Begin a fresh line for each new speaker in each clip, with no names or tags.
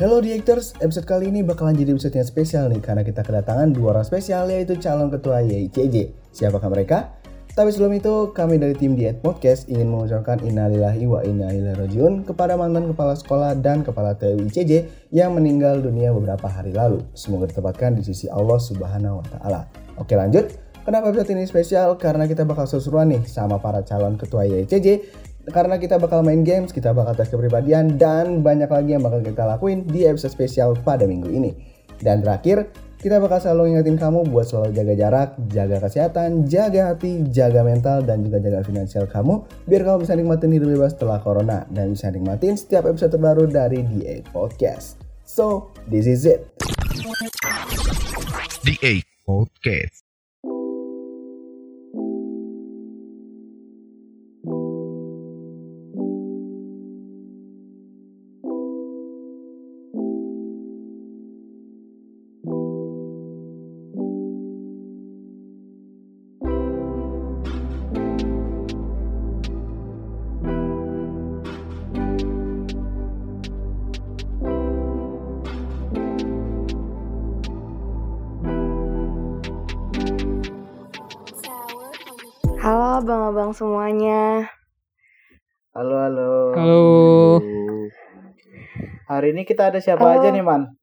Hello The Actors, episode kali ini bakalan jadi episode yang spesial nih karena kita kedatangan dua orang spesial yaitu calon ketua YICJ. Siapakah mereka? Tapi sebelum itu, kami dari tim Diet Podcast ingin mengucapkan innalillahi wa inna ilaihi rajiun kepada mantan kepala sekolah dan kepala TUICJ yang meninggal dunia beberapa hari lalu. Semoga ditempatkan di sisi Allah Subhanahu wa taala. Oke, lanjut. Kenapa episode ini spesial? Karena kita bakal seru-seruan nih sama para calon ketua YICJ karena kita bakal main games, kita bakal tes kepribadian, dan banyak lagi yang bakal kita lakuin di episode spesial pada minggu ini. Dan terakhir, kita bakal selalu ingetin kamu buat selalu jaga jarak, jaga kesehatan, jaga hati, jaga mental, dan juga jaga finansial kamu biar kamu bisa nikmatin hidup bebas setelah corona dan bisa nikmatin setiap episode terbaru dari The 8 Podcast. So, this is it.
The Eight Podcast.
Halo abang-abang semuanya.
Halo, halo.
Halo.
Hari ini kita ada siapa
Halo.
aja nih, Man?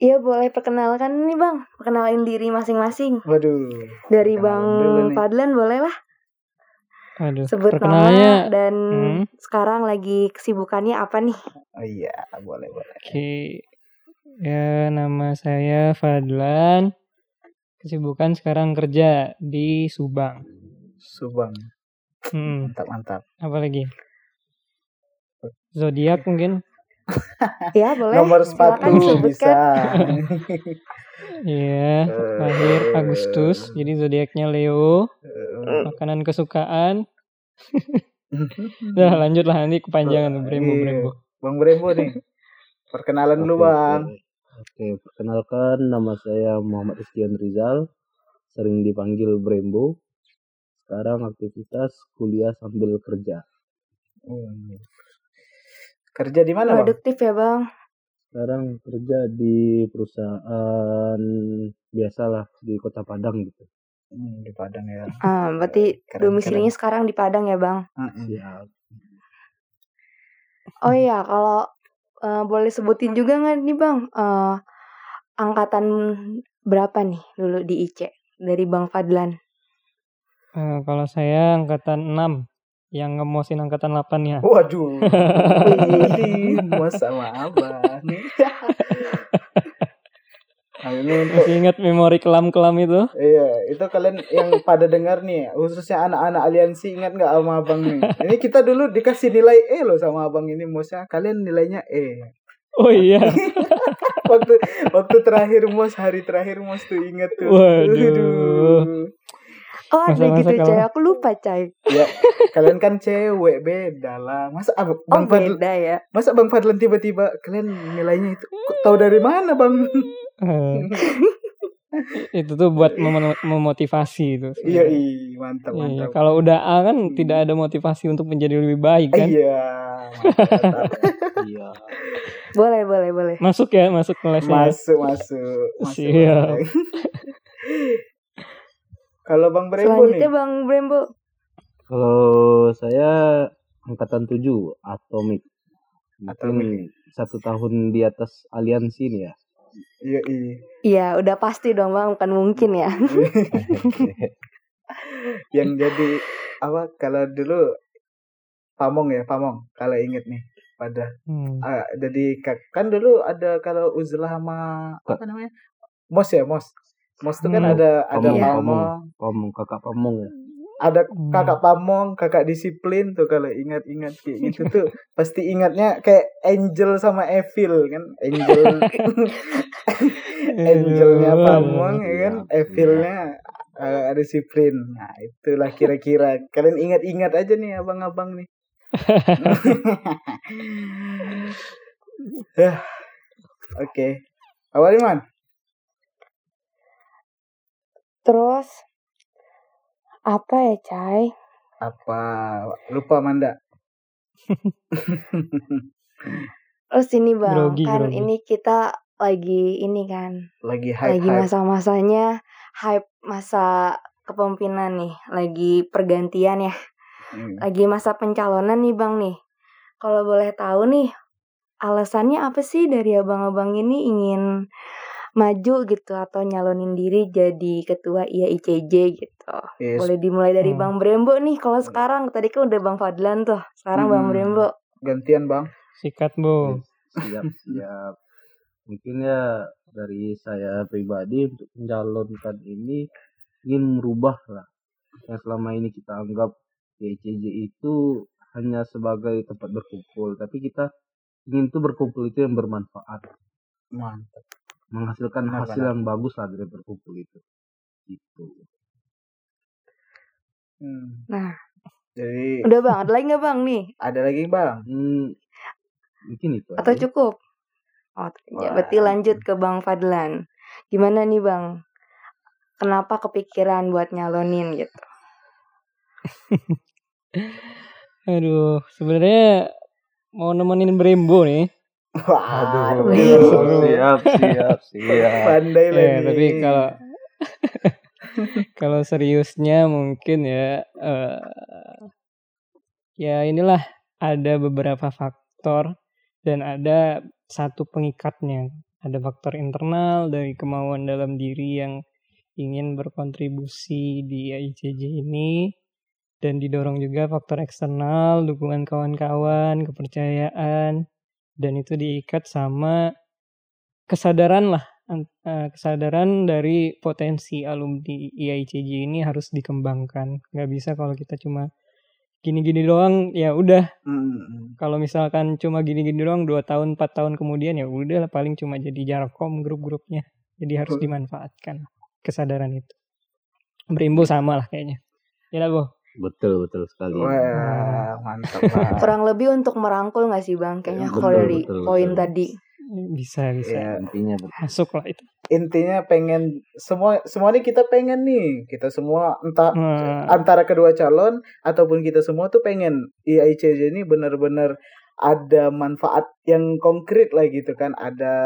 Iya boleh perkenalkan nih bang, perkenalin diri masing-masing.
Waduh. Perkenalan
Dari
dulu
bang
nih.
Fadlan boleh lah
Aduh,
sebut nama
perkenalannya
dan
hmm.
sekarang lagi kesibukannya apa nih?
Oh iya, boleh, boleh.
oke. Ya, nama saya Fadlan. Kesibukan sekarang kerja di Subang.
Subang,
Hmm,
mantap, mantap.
apa lagi? Zodiak mungkin.
Ya boleh.
Nomor sepatu
silakan
bisa.
disebutkan.
Iya, lahir
Eh,
Agustus, gitu. jadi zodiaknya Leo. Makanan kesukaan. Udah lanjut lah nanti kepanjangan brembo
Iya.
brembo.
eh. Bang Brembo nih. Perkenalan dulu,
Oke,
Bang.
Oke, Oke, perkenalkan nama saya Muhammad Istian Rizal, sering dipanggil Brembo. Sekarang aktivitas kuliah sambil kerja.
Hmm. Kerja di mana, Bang?
Produktif ya bang.
Sekarang kerja di perusahaan biasalah di Kota Padang gitu.
Hmm, di Padang ya.
Ah,
Keren,
berarti
Ah, iya.
domisilinya sekarang di Padang ya bang.
Mm-mm.
Ya,
Oh iya kalau eh, boleh sebutin juga nggak nih bang, eh, angkatan berapa nih dulu di IC dari bang Fadlan?
Eh, kalau saya angkatan 6 yang ngemosin angkatan 8 ya.
Waduh. Ih, Muas sama Abang. Nah, ini untuk
Masih ingat memori kelam-kelam itu?
Iya, itu kalian yang pada dengar nih, khususnya anak-anak aliansi ingat nggak sama abang nih? Ini kita dulu dikasih nilai E loh sama abang ini, Mosnya. Kalian nilainya E.
Oh iya.
Waktu waktu terakhir Mos, hari terakhir Mos tuh inget tuh.
Waduh.
Oh ada
Masa-masa
gitu
kalau-
Cai, aku lupa Cai.
Ya, kalian kan cewek beda lah. Masa ab-
Oh
bang Fadlan,
beda ya.
masa bang Fadlan tiba-tiba kalian nilainya itu kok tahu dari mana bang?
Eh, itu tuh buat memo- memotivasi itu.
Iya, iya, mantap,
Iya,
mantap. Hmm.
kalau udah A kan tidak ada motivasi untuk menjadi lebih baik kan?
Iya, mantap.
iya.
Boleh boleh boleh.
Masuk ya, masuk ke lesnya.
masuk masuk masuk
Siap.
Bang. kalau bang Brembo
Selanjutnya
nih
Bang Brembo.
Kalau saya angkatan 7 atomik. Mungkin
Atomik.
satu tahun di atas aliansi nih ya.
iya iya
Iya udah pasti dong Bang bukan mungkin ya.
yang jadi apa kalau dulu pamong ya pamong kalau inget nih pada
Hmm.
ah, jadi ka- kan dulu ada kalau uzlah sama apa namanya mos ya mos mos itu kan
Hmm.
ada ada
Pamong,
pamong
Pamong, kakak pamong ya.
ada
Hmm.
kakak pamong, kakak disiplin tuh kalau ingat-ingat kayak gitu tuh pasti ingatnya kayak Angel sama Evil kan. Angel Eh, Angelnya
Aduh.
pamong ya kan,
Iya.
Evilnya eh, disiplin. Nah, itulah kira-kira. Kalian ingat-ingat aja nih abang-abang nih. Eh, Yah, Oke. Awal Iman.
Terus apa ya, Cai?
Apa? Lupa Manda.
Terus ini, Bang,
Grogi,
kan
grogi.
ini kita lagi ini kan,
Lagi hype
lagi
hype.
masa-masanya hype masa kepemimpinan nih, lagi pergantian ya,
Hmm.
lagi masa pencalonan nih, Bang nih. Kalau boleh tahu nih, alasannya apa sih dari abang-abang ini ingin maju gitu atau nyalonin diri jadi ketua IAICJ gitu.
Yes.
Boleh dimulai dari
Hmm.
Bang Brembo nih. Kalau
Boleh.
sekarang tadi kan udah Bang Fadlan tuh. Sekarang Bang
Hmm.
Brembo.
Gantian Bang.
Sikat, Bo.
siap siap mungkin ya dari saya pribadi untuk mencalonkan ini ingin merubah lah yang selama ini kita anggap YCJ itu hanya sebagai tempat berkumpul tapi kita ingin tuh berkumpul itu yang bermanfaat
Mantap.
menghasilkan
Benar,
hasil
benar.
yang bagus lah dari berkumpul itu Gitu. itu
Hmm.
Nah.
Jadi
Udah Bang, ada lagi nggak Bang nih?
ada lagi Bang.
hmm, mungkin itu
Atau
aja.
cukup? Oh, ya,
Wah.
berarti lanjut ke Bang Fadlan. Gimana nih Bang? Kenapa kepikiran buat nyalonin gitu?
Iya.
Aduh, sebenarnya mau nemenin Brembo nih.
Waduh.
Waduh.
siap siap siap
Pandai
Ya,
lagi.
tapi kalau kalau seriusnya mungkin ya eh, ya inilah ada beberapa faktor dan ada satu pengikatnya. Ada faktor internal dari kemauan dalam diri yang ingin berkontribusi di ICJ ini dan didorong juga faktor eksternal, dukungan kawan-kawan, kepercayaan dan itu diikat sama kesadaran lah an- eh, kesadaran dari potensi alumni E IICJ ini harus dikembangkan. Nggak bisa kalau kita cuma gini-gini doang ya udah
Hmm.
kalau misalkan cuma gini-gini doang dua tahun empat tahun kemudian ya udah lah, paling cuma jadi jarkom grup-grupnya jadi harus
Betul.
dimanfaatkan kesadaran itu berimbu sama lah kayaknya ya lah, Bo.
betul betul sekali
Wah, mantap Bang.
Kurang lebih untuk merangkul nggak sih Bang? Kayaknya
Iya,
kalau
betul,
dari
betul,
poin
betul.
tadi.
bisa bisa
Iya.
intinya betul.
masuk lah itu
intinya pengen semua semuanya kita pengen nih kita semua entah
Hmm.
antara kedua calon ataupun kita semua tuh pengen E IICJ ini benar-benar ada manfaat yang konkret lah gitu kan ada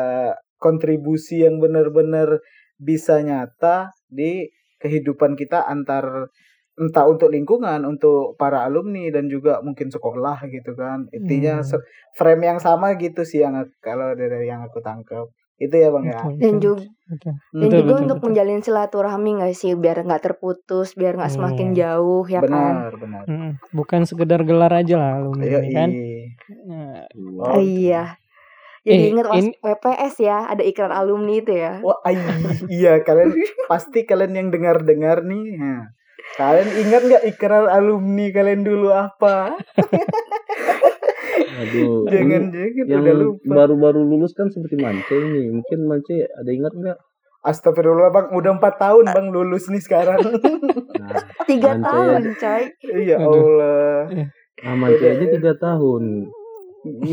kontribusi yang benar-benar bisa nyata di kehidupan kita antar entah untuk lingkungan untuk para alumni dan juga mungkin sekolah gitu kan intinya
Hmm.
se- frame yang sama gitu sih yang kalau dari yang aku tangkap itu ya bang ya Hmm.
Betul,
Dan
betul,
juga
betul.
dan
Betul,
juga
betul,
untuk
betul.
menjalin silaturahmi nggak sih biar nggak terputus, biar nggak semakin
Iya.
jauh ya kan?
benar benar
Mm, bukan sekedar gelar aja lah alumni
Ayo,
ini kan
ih.
Nah,
Oh,
iya. Jadi
Eh,
ingat was-
ini-
WPS ya, ada ikrar alumni itu ya.
Wah, ai, iya kalian pasti kalian yang dengar-dengar nih. ha. Kalian ingat nggak ikrar alumni kalian dulu apa?
Aduh, ini
Jangan-jangan
yang
udah lupa.
baru-baru lulus kan seperti Mance nih. Mungkin Mance ada ingat nggak?
Astagfirullah bang, udah empat tahun bang lulus nih sekarang.
Nah,
Tiga
Mantap.
tahun, coy.
ya
Aduh.
Allah.
nah Mance
Udah,
aja
ya.
tiga tahun,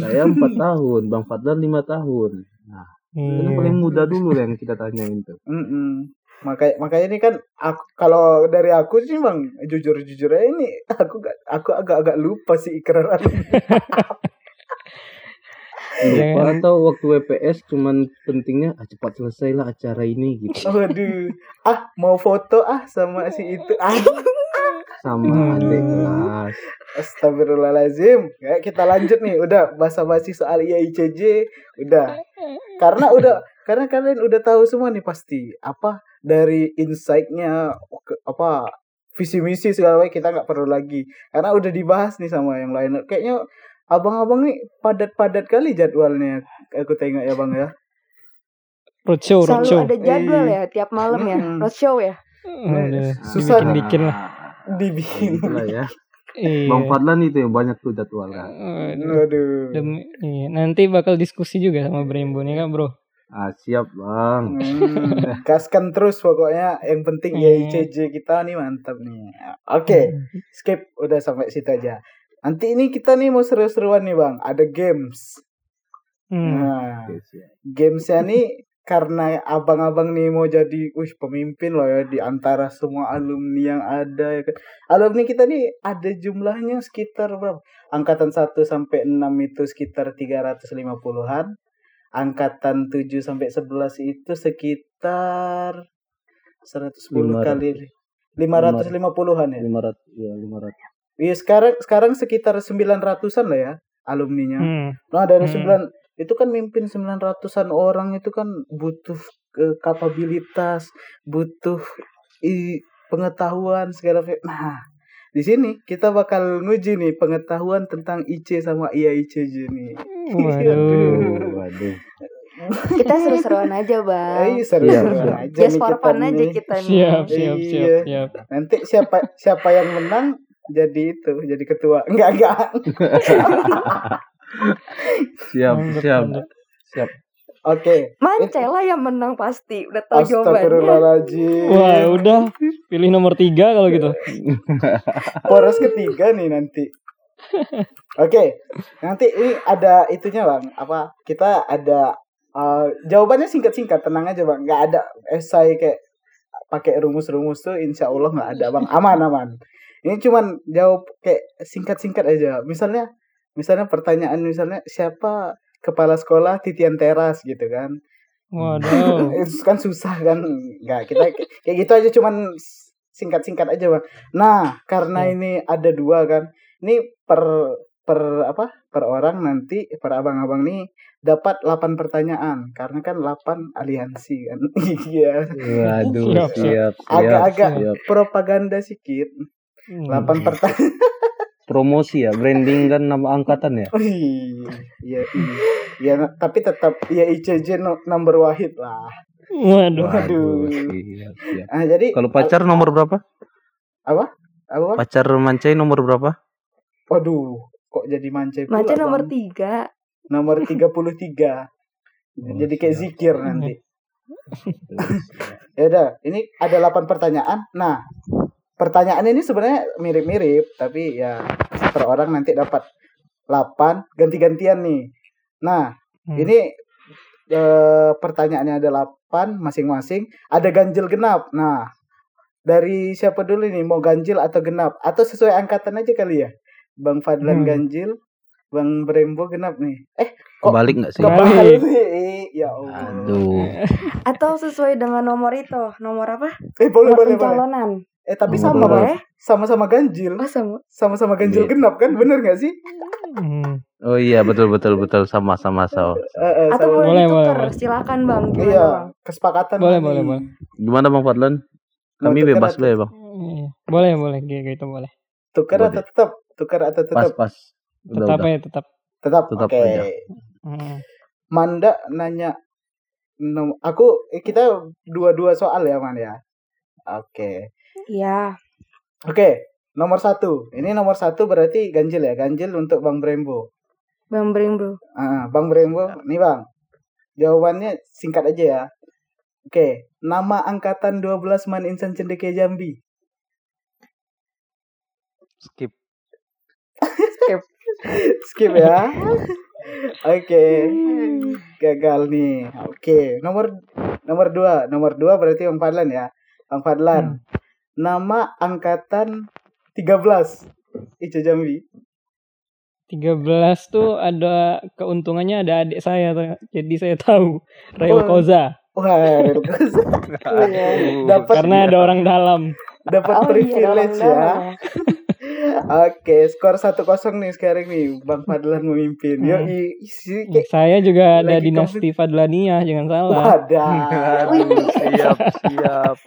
saya empat tahun, Bang Fadlan lima tahun. Nah, kan
iya.
yang paling muda dulu yang kita tanyain tuh.
Mm-mm. Makanya makanya ini kan aku, kalau dari aku sih bang jujur-jujur aja ini aku gak- aku agak-agak lupa sih ikrar alumni.
Lupa
Jangan.
atau waktu WPS cuman pentingnya ah, cepat selesailah acara ini gitu.
Waduh, ah mau foto ah sama si itu ah.
Sama adik kelas.
Astagfirullahaladzim Kayak kita lanjut nih Udah basa-basi soal IAICJ Udah Karena udah Karena kalian udah tahu semua nih pasti Apa Dari insight-nya ke- Apa Visi misi segala macam Kita nggak perlu lagi Karena udah dibahas nih sama yang lain Kayaknya Abang-abang nih Padat-padat kali jadwalnya Aku tengok ya bang ya
roadshow
Selalu
roadshow
ada jadwal
Iya.
ya tiap malam ya,
Mm-mm.
roadshow ya.
Aduh,
Susah.
dibikin-bikin iya. lah
Dibikin
Nah, Itulah ya.
Iya.
Bang Fadlan itu yang banyak tuh jadwal kan.
Aduh.
Waduh
Dem- iya, nanti bakal diskusi juga sama Brembo nih kan bro.
Ah, siap Bang.
Hmm, gaskan terus pokoknya yang penting
Hmm.
YICJ kita nih mantap nih. Oke, skip udah sampai situ aja. Nanti ini kita nih mau seru-seruan nih bang, ada games.
Hmm.
Nah,
Oke, siap.
gamesnya nih
karena abang-abang nih mau jadi wih pemimpin loh ya di antara semua alumni yang ada ya kan. Alumni kita nih ada jumlahnya sekitar berapa? Angkatan 1 sampai 6 itu sekitar 350-an. Angkatan 7 sampai 11 itu sekitar 110 kali 550-an ya.
500 ya 500
Iya sekarang sekarang sekitar 900-an lah ya alumninya.
Hmm.
Nah dari
Hmm.
sembilan itu kan mimpin 900-an orang itu kan butuh eh, kapabilitas, butuh i, pengetahuan segala macam. Nah, di sini kita bakal nguji nih pengetahuan tentang IC sama IAICJ nih.
Waduh.
waduh
Kita seru-seruan aja bang.
Ay, seru
Iya,
Eh,
iya.
aja nih
Eh, Just for
kita
fun aja
nih.
kita nih.
Siap, siap, siap,
Iya.
siap.
Nanti siapa siapa yang menang jadi itu, jadi ketua. Enggak, enggak.
siap
Mantap,
siap
mantap.
siap
Oke.
Mancela yang menang pasti. Udah tau jawabannya.
Astagfirullahaladzim.
Wah, udah pilih nomor tiga kalau gitu.
poros ketiga nih nanti. Oke, nanti ini ada itunya bang. Apa kita ada eh, jawabannya singkat-singkat, tenang aja bang. Nggak ada esai kayak pakai rumus-rumus tuh, insya Allah nggak ada bang. Aman aman. Ini cuman jawab kayak singkat-singkat aja. Misalnya, misalnya pertanyaan misalnya siapa kepala sekolah titian teras gitu kan?
Hmm.
Waduh.
Itu kan susah kan nggak kita kayak gitu aja cuman singkat singkat aja bang nah karena
Siap.
Hmm.
ini ada dua kan ini per per apa per orang nanti per abang-abang nih dapat 8 pertanyaan karena kan 8 aliansi kan iya
waduh
Siap,
siap siap siap,
agak-agak
siap.
propaganda sikit
Hmm.
Hmm.
8 pertanyaan
promosi ya branding kan nama angkatan ya
Wih, iya iya. ya tapi tetap ya ICJ no- number wahid lah
Waduh.
Waduh.
siap, siap.
ah jadi
kalau pacar nomor berapa
apa
pacar mancai nomor berapa
Waduh, kok jadi mancai pula?
Manca nomor
Bang?
tiga.
nomor 33.
Oh,
jadi kayak
siap.
zikir
Iya.
nanti. Ya udah, ini ada 8 pertanyaan. Nah, pertanyaan ini sebenarnya mirip-mirip, tapi ya per orang nanti dapat 8 ganti-gantian nih. Nah,
Hmm.
ini eh, pertanyaannya ada 8 masing-masing, ada ganjil genap. Nah, dari siapa dulu nih mau ganjil atau genap atau sesuai angkatan aja kali ya. Bang
Hmm.
Fadlan ganjil, Bang Brembo genap nih. Eh, kok
kebalik nggak sih
Kebalik.
kebalik sih? Ya Allah.
aduh
Atau sesuai dengan nomor itu. Nomor apa?
Eh, boleh
nomor
boleh boleh.
pencalonan.
Eh,
Nomor
tapi sama, Bang.
berapa?
Boleh?
Sama-sama ganjil,
Oh sama.
sama-sama ganjil
Iya.
genap kan? Bener gak sih?
Hmm.
oh iya betul betul betul sama sama sama
Eh, eh,
Atau
sama-
boleh
Boleh,
ditukar.
boleh, boleh.
Silakan bang. Gimana
Iya,
bang?
kesepakatan
Boleh,
lah
boleh,
nih.
boleh.
gimana bang Fadlan
Mau
kami
tukar
bebas
atau-
lah ya bang
Iya. Boleh, boleh, kayak gitu boleh.
Tukar
Boleh.
atau tetap? Tukar atau
pas
tetap?
pas udah
Tetap
udah
ya, tetap.
Tetap.
Tetap
Oke.
aja.
Hmm.
Manda nanya nom- aku eh, kita dua-dua soal ya, Man ya. Oke.
Iya.
Oke, nomor satu. Ini nomor satu berarti ganjil ya, ganjil untuk Bang Brembo.
Bang Bring bro.
Ah, Bang
Ya.
Brembo, nih Bang. Jawabannya singkat aja ya. Oke, nama angkatan 12 Man Insan Cendeke Jambi.
skip
Skip ya. Oke. Hmm. Gagal nih. Oke, nomor nomor dua nomor dua berarti Bang Fadlan ya. Bang
Hmm.
Fadlan. Nama angkatan 13 Ica Jambi.
13 tuh ada keuntungannya ada adik saya ter- jadi saya tahu
Oh.
Rail Koza
Wah, Iya, Dapat
karena ada orang dalam
dapat
Oh, iya,
privilege
orang dalam
ya. Oke, skor 1-0 nih sekarang nih. Bang Fadlan memimpin. Yo,
Hmm.
isi kayak
saya juga ada
Lagi
dinasti Fadlania jangan salah
wadah.
Aduh, siap siap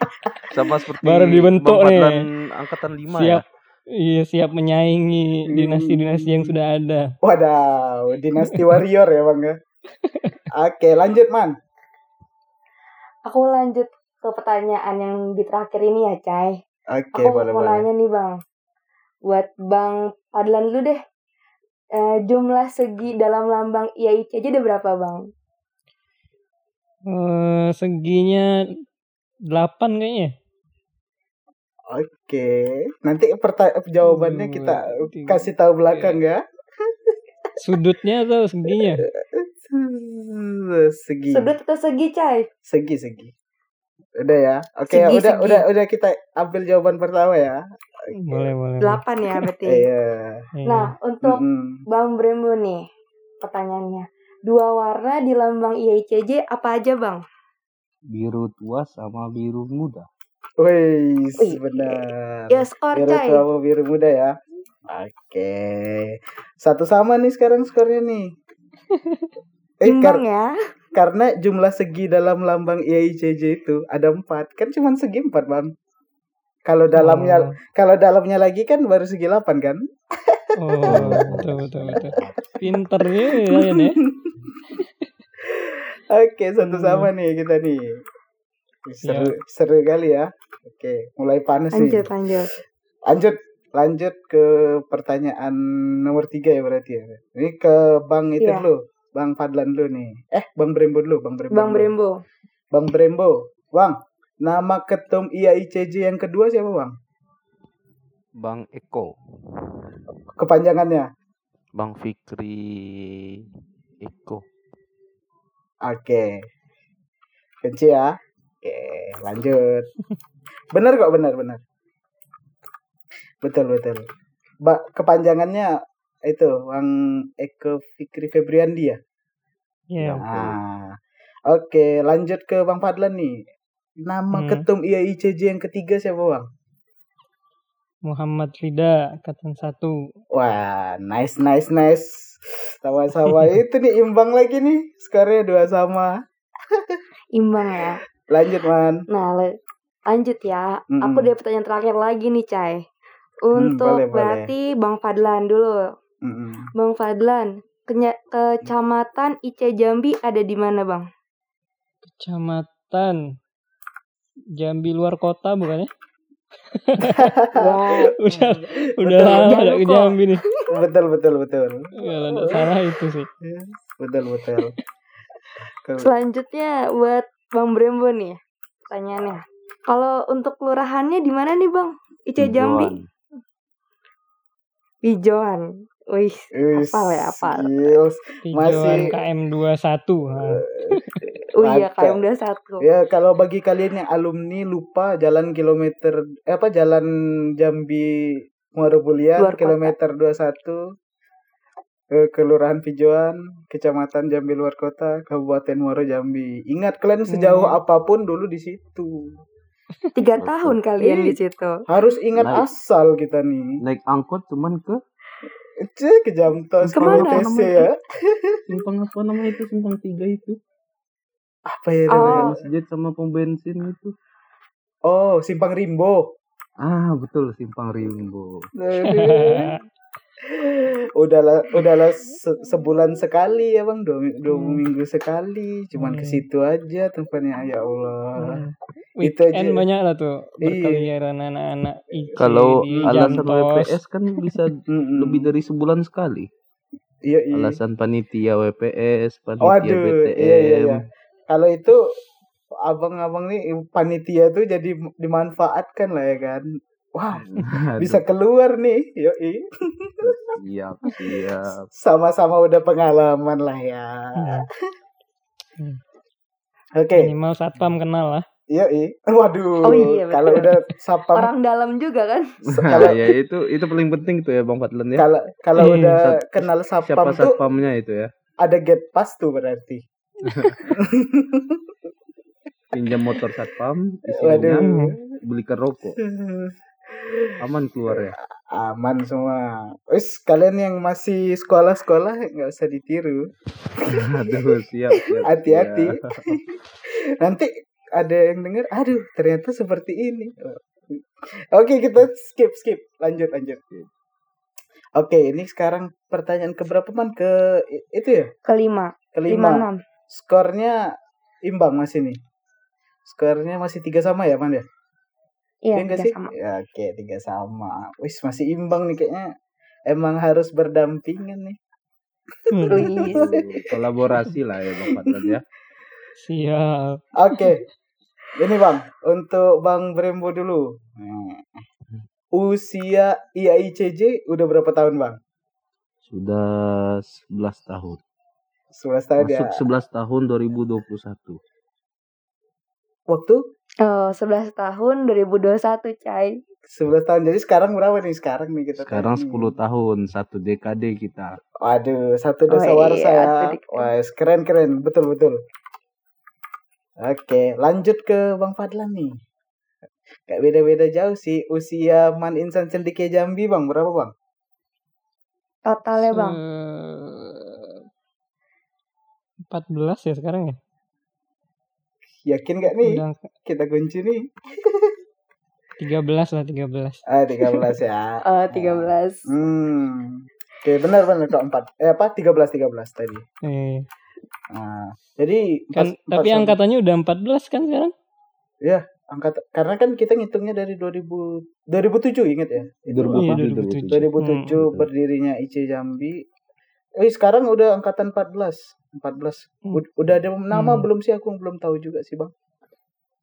sama seperti
Baru dibentuk
Bang
nih.
Fadlan angkatan lima ya
siap iya siap menyaingi
Hmm.
dinasti-dinasti yang sudah ada
Wadah, dinasti warrior ya, Bang ya. Oke, lanjut, Man.
Aku lanjut ke pertanyaan yang di terakhir ini ya, Cai.
Oke,
Aku
boleh,
mau
boleh.
nanya nih, Bang. Buat Bang Padlan dulu deh. Eh, jumlah segi dalam lambang IAIC aja ada berapa, Bang?
Eh, seginya 8 kayaknya
Oke, nanti perta- jawabannya
Dua,
kita
tiga.
Iya. kasih tahu belakang ya. Iya.
sudutnya atau seginya
Segi.
Sudut atau segi, Cai?
Segi segi. Udah ya. Oke,
Segi,
udah
segi.
udah udah kita ambil jawaban pertama ya. Oke.
Boleh, boleh.
Delapan ya berarti.
Iya.
Iya.
Nah, untuk
Mm-mm.
Bang Brembo nih pertanyaannya. Dua warna di lambang IICJ apa aja, Bang?
biru tua sama biru muda
Wih,
Wih.
benar.
Ya skor,
Biru
Cai.
tua sama biru muda ya. Oke. Satu sama nih sekarang skornya nih. Eh, kar-
Imbang ya.
karena jumlah segi dalam lambang IIJJ itu ada empat kan cuma segi empat bang kalau dalamnya
Oh.
kalau dalamnya lagi kan baru segi delapan kan
Oh, betul, betul, betul. Pinter nih, Ryan ya.
oke satu
Hmm.
sama nih kita nih seru seru kali ya oke mulai panas
Lanjut,
nih
lanjut.
lanjut lanjut ke pertanyaan nomor tiga ya berarti ya ini ke bang itu
Iya.
dulu bang Fadlan dulu nih eh bang Brembo dulu bang Brembo
Bang
dulu.
Brembo.
bang Brembo bang nama ketum IAICJ yang kedua siapa bang
bang Eko
kepanjangannya
bang Fikri Eko
Oke. Kunci ya. Oke, lanjut. Bener kok, bener, bener. Betul, betul. Ba kepanjangannya itu Bang Eko Fikri Febriandi ya.
Iya.
Nah. Oke, lanjut ke Bang Fadlan nih. Nama
Hmm.
ketum IAICJ yang ketiga siapa, Bang?
Muhammad Rida, angkatan satu.
Wah, nice, nice, nice. Sama-sama itu nih imbang lagi nih. Skornya dua sama.
Imbang ya.
Lanjut, Man.
Nah, le- lanjut ya.
Mm-mm.
Aku ada pertanyaan terakhir lagi nih, Cai.
Hmm,
Untuk
boleh, boleh.
berarti Bang Fadlan dulu.
Mm-mm.
Bang Fadlan, kenya- kecamatan IC Jambi ada di mana, Bang?
Kecamatan Jambi luar kota bukan ya?
Ya,
Udah, udah
Betul.
lama
Jambi
ada ke
kok.
Jambi nih.
betul, betul, betul.
Kalau nggak salah itu sih.
betul betul Ke-
selanjutnya buat Bang Brembo nih pertanyaannya. Kalau untuk kelurahannya di mana nih, Bang? IC Jambi?
Ijoan.
Ijoan. Wih,
Wis,
Apal ya, apal.
skills.
Tijuan
Masih-
KM 21. Nah,
oh iya
Mantap.
KM21.
ya kalau bagi kalian yang alumni lupa jalan kilometer eh, apa jalan Jambi Muara Bulian
Luar kota.
kilometer 21 eh, Kelurahan Pijuan, Kecamatan Jambi Luar Kota, Kabupaten Muaro Jambi. Ingat kalian sejauh
Hmm.
apapun dulu di situ.
Tiga tahun kalian di
Ih.
situ.
Harus ingat
Baik.
asal kita nih.
naik angkot cuman ke
Cek ke Jamtos, ke
Kemana?
WTC ya.
simpang apa namanya itu simpang tiga itu
Apa ya
Oh.
namanya?
masjid sama pom bensin itu
Oh, Simpang Rimbo.
ah betul simpang Rimbo
udahlah udahlah se- sebulan sekali ya bang dua, mi- dua
Hmm.
minggu sekali cuman ke
Hmm.
situ aja tempatnya ya Allah Itu
Weekend
aja.
kan banyak lah tuh
Iya.
berkeliaran anak-anak IC
kalau
di
alasan
Jantos.
WPS kan bisa
Mm-mm.
lebih dari sebulan sekali
iya iya
alasan panitia WPS panitia
waduh
BTM
iya iya iya kalau itu abang-abang nih panitia tuh jadi dimanfaatkan lah ya kan wah
Hmm. Aduh,
bisa keluar nih yoi
siap siap
sama-sama udah pengalaman lah ya
Hmm.
oke
Minimal satpam kenal lah.
yoi waduh
Oh iya, betul.
kalau udah sapam
Orang dalam juga kan?
nah, ya itu itu paling penting tuh ya bang Fatlan ya
kalau kalau
Iya.
udah
Sat-
kenal
siapa
sapam tuh
satpamnya itu ya
ada gate pass tuh berarti.
pinjam motor satpam isinya
Waduh.
belikan rokok aman keluar ya
Aman semua. Wis kalian yang masih sekolah-sekolah nggak usah ditiru.
aduh siap siap
Hati-hati.
siap.
Nanti ada yang denger, aduh ternyata seperti ini. Oke, kita skip skip. Lanjut lanjut. Oke, ini sekarang pertanyaan keberapa man ke i- itu ya?
Kelima. Lima
Kelima.
enam.
Skornya imbang masih nih. Skornya masih tiga sama ya, Man ya?
Iya,
Iya nggak
tiga
sih?
sama.
Ya, oke, tiga sama. Wis masih imbang nih kayaknya. Emang harus berdampingan nih.
Hmm,
Luis.
kolaborasi lah ya bang Fatlan ya
Siap.
Oke. Ini Bang, untuk Bang Brembo dulu. Nah, Usia IAICJ udah berapa tahun, Bang?
sudah 11 tahun
11 tahun ya.
Masuk 11 tahun 2021.
Waktu
Oh, 11 tahun 2021, Cai.
11 tahun. Jadi sekarang berapa nih sekarang nih kita?
Sekarang 10
tadi?
tahun, satu dekade kita.
Waduh, satu
Oh,
dosa
iya,
warsa ya.
satu dikit.
Wah, keren keren, betul betul. Oke, lanjut ke Bang Fadlan nih. Gak beda-beda jauh sih usia Man Insan Cendike Jambi bang berapa bang?
Totalnya, Bang.
Se- 14 Eh, ya sekarang ya?
Yakin gak nih?
Udah
Kita kunci nih.
13 lah, 13.
Ah 13 ya.
Oh, 13.
Hmm. Oke benar benar kok empat. Eh apa 13 13 tadi.
Eh,
Nah, jadi
kan
empat-
tapi
empat-
angkatannya udah 14 kan sekarang?
angkat karena kan kita ngitungnya dari 2000 2007 inget ya.
Iya,
2007.
2007.
Hmm.
2007 berdirinya IC Jambi. Eh sekarang udah angkatan 14. 14. U- Udah ada nama
Hmm.
belum sih aku belum tahu juga sih, Bang.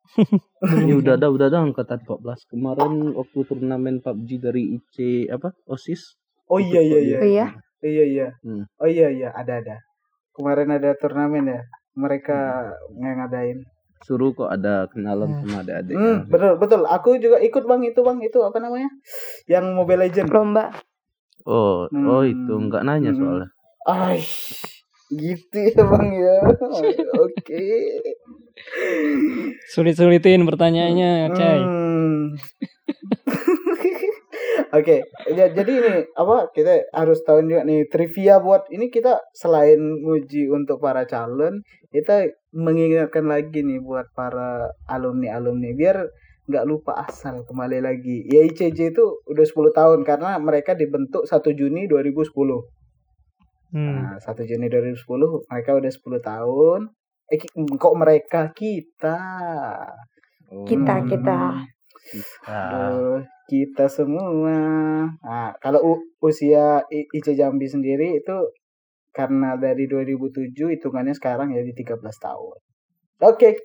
Ini udah ada udah ada angkatan 14. Kemarin waktu turnamen PUBG dari IC apa? OSIS.
Oh iya iya iya.
Oh iya?
Iya iya.
Hmm.
Oh iya iya, ada ada. Kemarin ada turnamen ya. Mereka
Hmm.
ngadain.
Suruh kok ada kenalan sama adik-adik.
Hmm, betul betul. Aku juga ikut Bang itu, Bang. Itu apa namanya? Yang Mobile Legend.
Lomba.
Oh, oh
Hmm.
itu nggak nanya
Hmm.
soalnya.
Ay, gitu ya, Bang ya. Oke.
Sulit-sulitin pertanyaannya, Cai.
Hmm. Oke, ya, jadi ini apa kita harus tahu juga nih trivia buat ini kita selain nguji untuk para calon, kita mengingatkan lagi nih buat para alumni alumni biar nggak lupa asal kembali lagi. YICJ itu udah 10 tahun karena mereka dibentuk 1 Juni 2010.
Hmm.
Nah, 1 Juni 2010 mereka udah 10 tahun. Eh, ki- kok mereka kita?
Kita,
Hmm.
kita.
Nah,
Nah.
Kita.
Aduh, kita semua. Nah, kalau u- usia I- IC Jambi sendiri itu karena dari 2007 hitungannya sekarang ya jadi 13 tahun. Oke,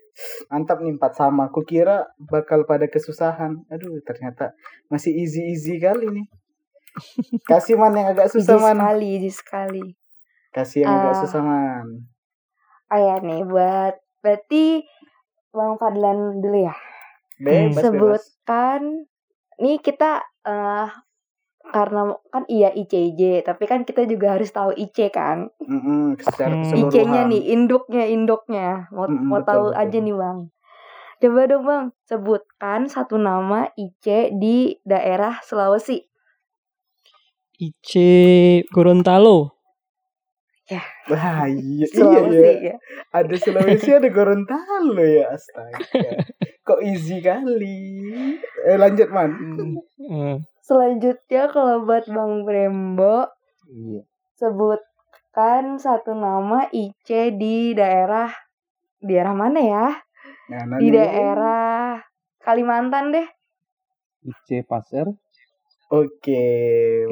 mantap nih empat sama. Kukira bakal pada kesusahan. Aduh, ternyata masih easy easy kali nih. Kasih man yang agak
Jijik
susah man.
sekali, jijik sekali.
Kasih yang agak
Ah.
susah man.
Oh ya nih, buat berarti Bang Fadlan dulu ya.
Bebas bebas.
Sebutkan nih kita eh karena kan iya ICJ, tapi kan kita juga harus tahu IC kan.
Mm-mm, secara
Hmm.
IC-nya
keseluruhan.
nih, induknya, induknya. Mau,
Mm-mm,
mau
betul,
tahu
betul.
aja nih, Bang. Coba dong, Bang, sebutkan satu nama IC di daerah Sulawesi.
IC Gorontalo.
Wah, iya, iya,
Sulawesi
iya.
ya.
Ada Sulawesi, ada Gorontalo ya, astaga. Kok easy kali. Eh, lanjut, Man.
Eh,
Selanjutnya kalau buat Bang Brembo,
Iya.
sebutkan satu nama IC di daerah di daerah mana ya?
Nah,
Di
nanti-
daerah Kalimantan deh.
IC Pasir.
Oke,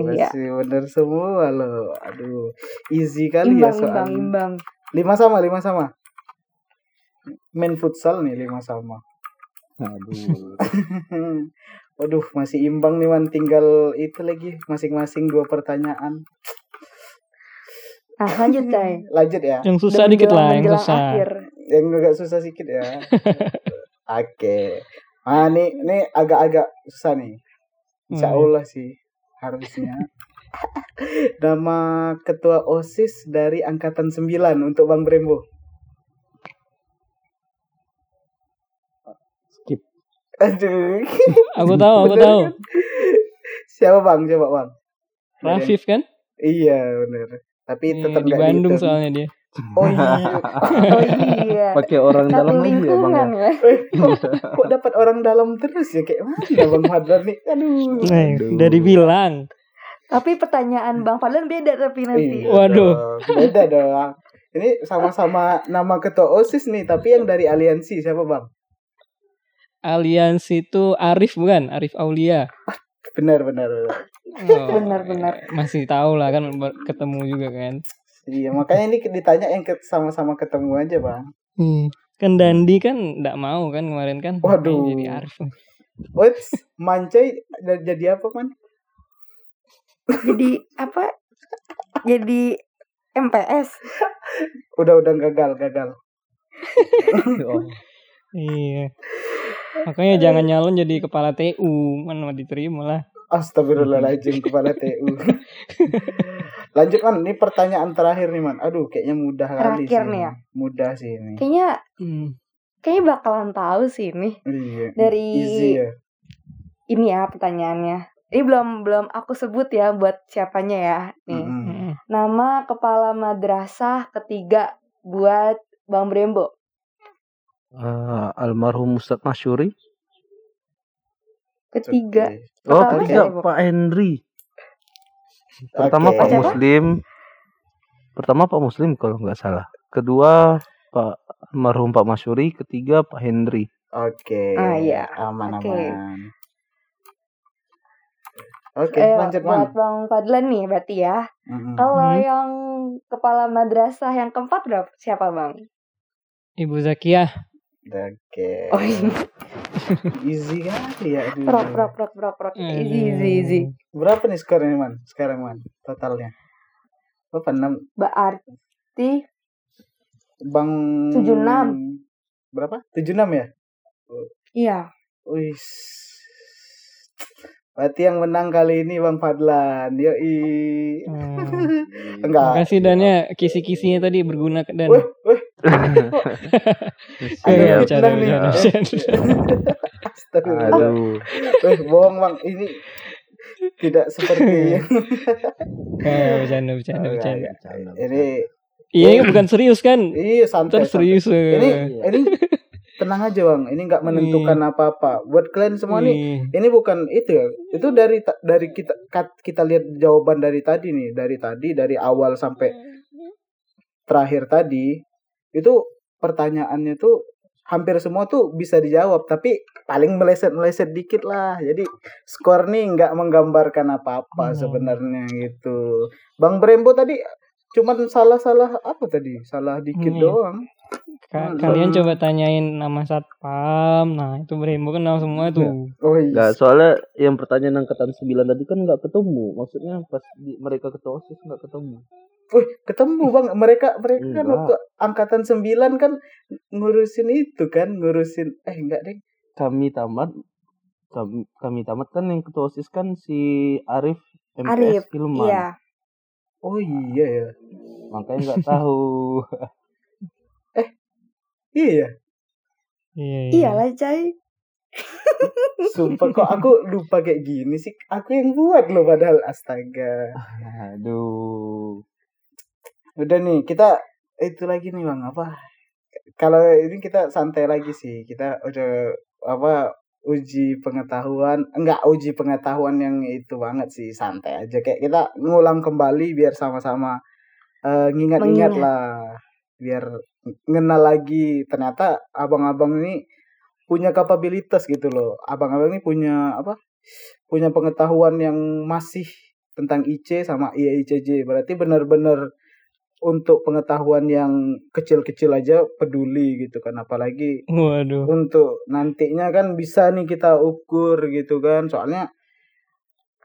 Iya.
masih bener semua loh. Aduh, easy kali ya
Imbang,
soal.
imbang, imbang.
Lima sama, lima sama. Main futsal nih, lima sama.
Aduh.
Waduh, masih imbang nih, Man. Tinggal itu lagi, masing-masing dua pertanyaan.
Nah, lanjut Cai.
Lanjut ya.
yang susah
Udah
dikit
menjelang-
lah, yang
menjelang
susah.
akhir.
yang agak susah sedikit ya. Oke. Ah nih, nih agak-agak susah nih. Insya
Hmm.
Allah sih harusnya. Nama ketua OSIS dari angkatan 9 untuk Bang Brembo.
Skip.
Aduh.
Aku tahu, aku
Bener
tahu.
kan? Siapa Bang? Coba Bang.
Rafif kan?
Iya, benar. Tapi
Eh,
Iya, tetap
di
nggak
Bandung
dihitung.
soalnya dia.
Oh iya.
Oh iya.
Pakai orang
Satu
dalam lagi ya, Bang.
lingkungan
ya?
ya.
Eh, kok, kok dapat orang dalam terus ya kayak mana Bang Fadlan nih? Aduh.
Eh,
Aduh.
udah dibilang.
Tapi pertanyaan Bang Fadlan beda tapi nanti.
Hmm. Iya
Waduh.
dong, Beda dong. Ini sama-sama nama ketua OSIS nih, tapi yang dari aliansi siapa bang?
Aliansi itu Arif bukan? Arif Aulia.
Benar, benar, benar.
Oh,
Benar, benar.
eh, Masih tahu lah kan ber- ketemu juga kan.
Iya, makanya ini ditanya yang ke- sama-sama ketemu aja bang.
Kan Dandi kan nggak mau kan kemarin kan.
Waduh.
Makanya Jadi Arif.
What's Mancai da- jadi apa man?
Jadi apa? Jadi MPS.
Udah udah gagal gagal.
Oh,
Iya. Makanya jangan nyalon jadi kepala TU, mana mau diterima lah.
Astagfirullahaladzim kepala TU. Lanjut man, ini pertanyaan terakhir nih man. Aduh, kayaknya mudah kali
Terakhir
sih.
nih ya?
Mudah sih ini.
Kayaknya
Hmm.
kayaknya bakalan tahu sih ini
Iya.
dari
Easy ya.
ini ya pertanyaannya. Ini belum belum aku sebut ya buat siapanya ya. Nih.
Mm-mm.
Nama kepala madrasah ketiga buat Bang Brembo.
ah, almarhum Ustadz Masyuri.
Ketiga.
Oke.
Oh,
Pertama
ketiga
siapa?
Pak Henry. Pertama
Oke.
Pak
Siapa?
Muslim. Pertama Pak Muslim kalau nggak salah. Kedua Pak almarhum Pak Masyuri, ketiga Pak Henry.
Oke.
Ah, iya.
Aman
Oke.
aman. Oke,
Eh,
lanjut Hmm. man.
buat Bang Fadlan nih berarti ya.
Mm-mm.
Kalau
Mhm.
yang kepala madrasah yang keempat berapa? Siapa Bang?
Ibu Zakia.
Oke.
Oh,
Hmm.
iya.
Easy kali ya. aduh.
prok prok prok prok prok. Easy easy easy.
Berapa nih skornya man? Sekarang man totalnya. Berapa enam?
Berarti
Bang
76.
Berapa? 76 ya?
iya.
Wih. Berarti yang menang kali ini Bang Fadlan. Yoi.
Hmm.
Enggak.
Makasih Dan ya, kisi-kisinya tadi berguna Dan.
Ah, iya. Wih, wih.
Enggak,
Ada
enggak,
fitnah
bercanda,
nih.
bercanda, bercanda.
Ah,
Astagfirullah.
Aduh.
Wih, Eh, bohong Bang. Ini tidak seperti yang-
Enggak, enggak, bercanda, bercanda,
Enggak,
bercanda.
enggak. Ini
Iya, ini bukan serius kan?
iya santai.
Ntar serius. eh. Iya.
santai. Ini ini tenang aja Bang. Ini enggak menentukan apa-apa. Buat kalian semua nih
Ih,
ini bukan itu ya itu dari ta- dari kita kat- kita lihat jawaban dari tadi nih dari tadi dari awal sampai terakhir tadi itu pertanyaannya tuh hampir semua tuh bisa dijawab tapi paling meleset meleset dikit lah jadi skor nih nggak menggambarkan apa apa
Hmm.
sebenarnya gitu bang Brembo tadi cuman salah salah apa tadi salah dikit
Ini.
doang
ka-
Hmm.
kalian coba tanyain nama satpam. Nah, itu Brembo kenal semua tuh.
oh
Nggak,
iya
soalnya yang pertanyaan angkatan 9 tadi kan nggak ketemu. Maksudnya pas di- mereka ketua OSIS nggak ketemu.
Wih, ketemu bang mereka mereka kan
Enggak.
waktu angkatan 9 kan ngurusin itu kan ngurusin eh enggak deh
Kami tamat kami, kami tamat kan yang ketua OSIS kan si Arif
Arif,
MPS Hilman.
Iya.
oh iya ya
Makanya nggak tahu.
iya ya.
Iya,
Iya lah, Cai.
sumpah kok aku lupa kayak gini sih aku yang buat loh padahal astaga
Aduh.
udah nih kita itu lagi nih bang apa kalau ini kita santai lagi sih kita udah apa uji pengetahuan enggak uji pengetahuan yang itu banget sih santai aja kayak kita ngulang kembali biar sama-sama eh,
Mengingat.
ngingat-ngingat lah biar ngenal lagi ternyata abang-abang ini punya kapabilitas gitu loh abang-abang ini punya apa punya pengetahuan yang masih tentang IC sama IICJ berarti benar-benar untuk pengetahuan yang kecil-kecil aja peduli gitu kan apalagi
Waduh.
untuk nantinya kan bisa nih kita ukur gitu kan soalnya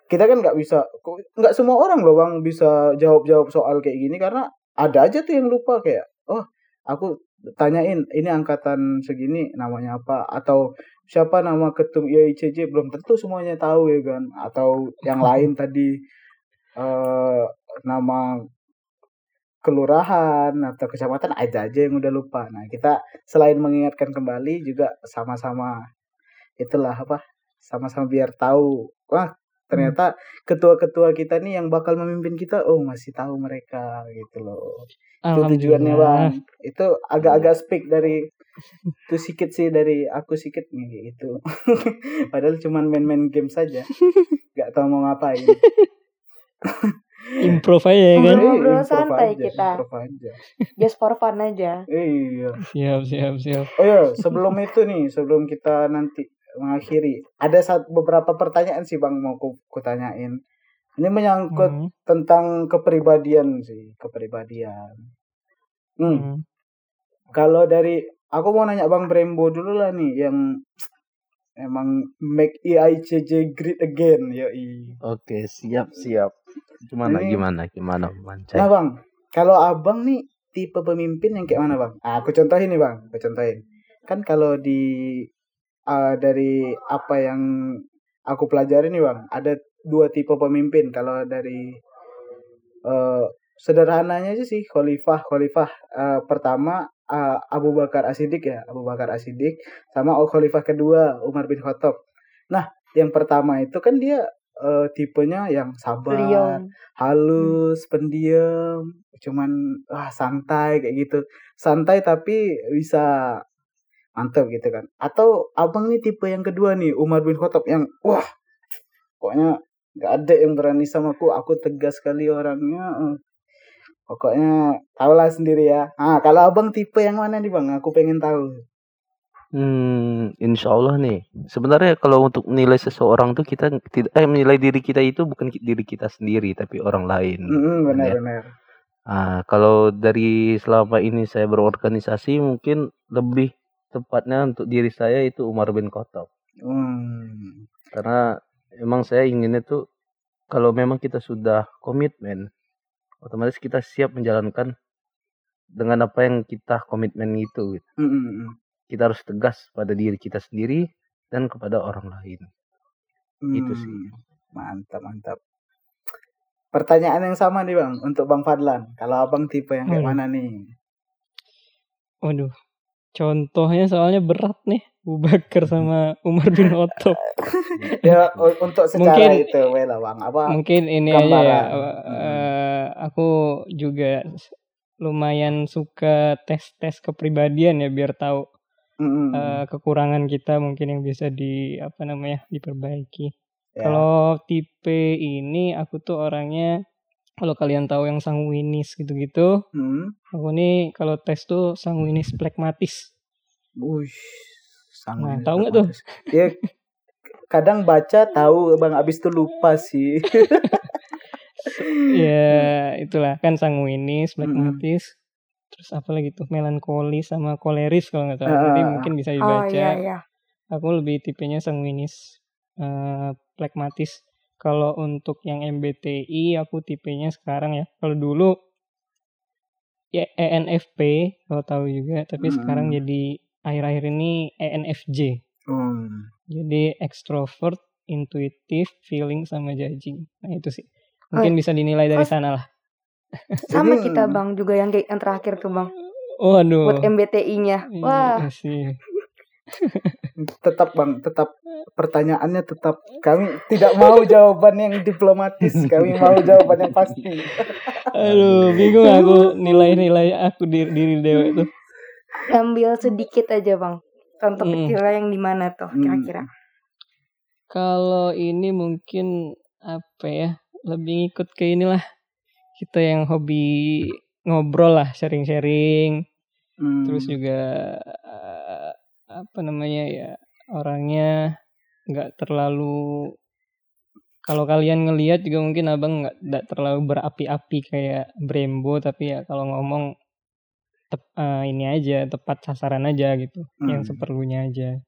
kita kan nggak bisa nggak semua orang loh bang bisa jawab jawab soal kayak gini karena ada aja tuh yang lupa kayak oh aku tanyain ini angkatan segini namanya apa atau siapa nama ketum IAICJ belum tentu semuanya tahu ya kan atau yang lain tadi eh nama kelurahan atau kecamatan ada aja yang udah lupa nah kita selain mengingatkan kembali juga sama-sama itulah apa sama-sama biar tahu wah
Hmm.
ternyata ketua-ketua kita nih yang bakal memimpin kita oh masih tahu mereka gitu loh itu tujuannya bang
Alhamdulillah.
itu agak-agak speak dari itu sikit sih dari aku sikit nih gitu padahal cuman main-main game saja nggak tahu mau ngapain
Improve aja ya kan.
Ngobrol-ngobrol
Eh, improve
santai
aja,
kita.
improve aja.
Just for fun aja.
iya
Siap, siap, siap.
Oh ya, sebelum itu nih, sebelum kita nanti mengakhiri, ada sat- beberapa pertanyaan sih Bang mau ku, ku tanyain. Ini menyangkut
Hmm,
tentang kepribadian sih, kepribadian. Hmm,
hmm.
kalau dari aku mau nanya Bang Brembo dulu lah nih yang emang make E EICJ great again, yoi.
Oke, siap siap. Gimana
Ini-
gimana gimana Mancai?
Nah Bang, Kalau abang nih tipe pemimpin yang kayak mana bang? Ah, aku contohin nih bang, aku contohin. Kan kalau di ah, dari apa yang aku pelajari nih bang, ada dua tipe pemimpin. Kalau dari eh, sederhananya aja sih khalifah, khalifah eh, pertama ah, Abu Bakar Asidik ya, Abu Bakar Asidik sama khalifah kedua Umar bin Khattab. Nah, yang pertama itu kan dia eh, tipenya yang sabar,
beliau
halus, pendiam, cuman ah santai kayak gitu. Santai tapi bisa mantep gitu kan. Atau abang nih tipe yang kedua nih, Umar bin Khattab yang wah pokoknya nggak ada yang berani sama aku, aku tegas sekali orangnya. eh. Pokoknya tahulah sendiri ya. Ah, kalau abang tipe yang mana nih bang? Aku pengen tahu.
Hmm, insya Allah nih. Sebenarnya kalau untuk menilai seseorang tuh kita tidak eh menilai diri kita itu bukan ki- diri kita sendiri tapi orang lain.
Iya.
Mm-mm, Benar-benar.
Ah, kalau dari selama ini saya berorganisasi mungkin lebih tepatnya untuk diri saya itu Umar bin Khattab.
Hmm.
Karena emang saya inginnya tuh kalau memang kita sudah komitmen, otomatis kita siap menjalankan dengan apa yang kita komitmen itu. gitu.
Hmm, Mm-mm.
Kita harus tegas pada diri kita sendiri dan kepada orang lain. Gitu sih.
Hmm, Mantap, mantap. Pertanyaan yang sama nih Bang, untuk Bang Fadlan. Kalau Abang tipe yang kayak
Hmm.
mana nih?
Waduh, contohnya soalnya berat nih. Abu Bakar sama Umar bin Khattab.
Ya,
Gitu.
u- untuk secara
Hmm. Mungkin-
itu, weh lah Bang. Apa?
Mungkin ini aja ya.
Gambaran.
eh,
Mm.
aku juga s- lumayan suka tes-tes kepribadian ya biar tahu
Mm-mm.
eh, kekurangan kita mungkin yang bisa di apa namanya diperbaiki.
Ya.
Kalau tipe ini aku tuh orangnya kalau kalian tahu yang sanguinis gitu-gitu,
Hmm.
aku nih kalau tes tuh sanguinis plekmatis.
Uish,
Nah,
sangat
tahu nggak tuh?
pragmatis. Ya, kadang baca tahu Bang abis itu lupa sih. Hmm.
ya itulah kan sanguinis,
Mm-mm.
plekmatis, terus apa lagi tuh melankolis sama koleris kalau nggak salah. Jadi
Ah.
mungkin bisa
oh
dibaca.
iya iya
Aku lebih tipenya sanguinis, eh plekmatis. Kalau untuk yang MBTI aku tipenya sekarang ya. Kalau dulu ya ENFP kalau tahu juga, tapi
Hmm.
Mm.
sekarang jadi akhir-akhir ini E ENFJ.
Hmm.
Jadi extrovert, intuitif, feeling sama judging. Nah itu sih. Mungkin bisa dinilai dari
Kok-
sana lah.
sama
Jadi-
kita bang juga yang kayak yang terakhir tuh bang buat
Waduh.
MBTI-nya
Iya
wah
sih.
tetap bang tetap pertanyaannya tetap kami tidak mau jawaban yang diplomatis kami mau jawaban yang pasti
Aduh, bingung aku nilai-nilai aku diri, diri dewa itu.
ambil sedikit aja bang contoh
Mm.
kecilnya yang di mana tuh
Hmm.
kira-kira
Kalau ini mungkin apa ya? Lebih ikut ke inilah kita yang hobi ngobrol lah, sharing-sharing.
Hmm.
Terus juga eh, apa namanya ya orangnya nggak terlalu kalau kalian ngelihat juga mungkin abang nggak nggak terlalu berapi-api kayak Brembo tapi ya kalau ngomong tep- eh, ini aja tepat sasaran aja gitu yang
Hmm.
seperlunya aja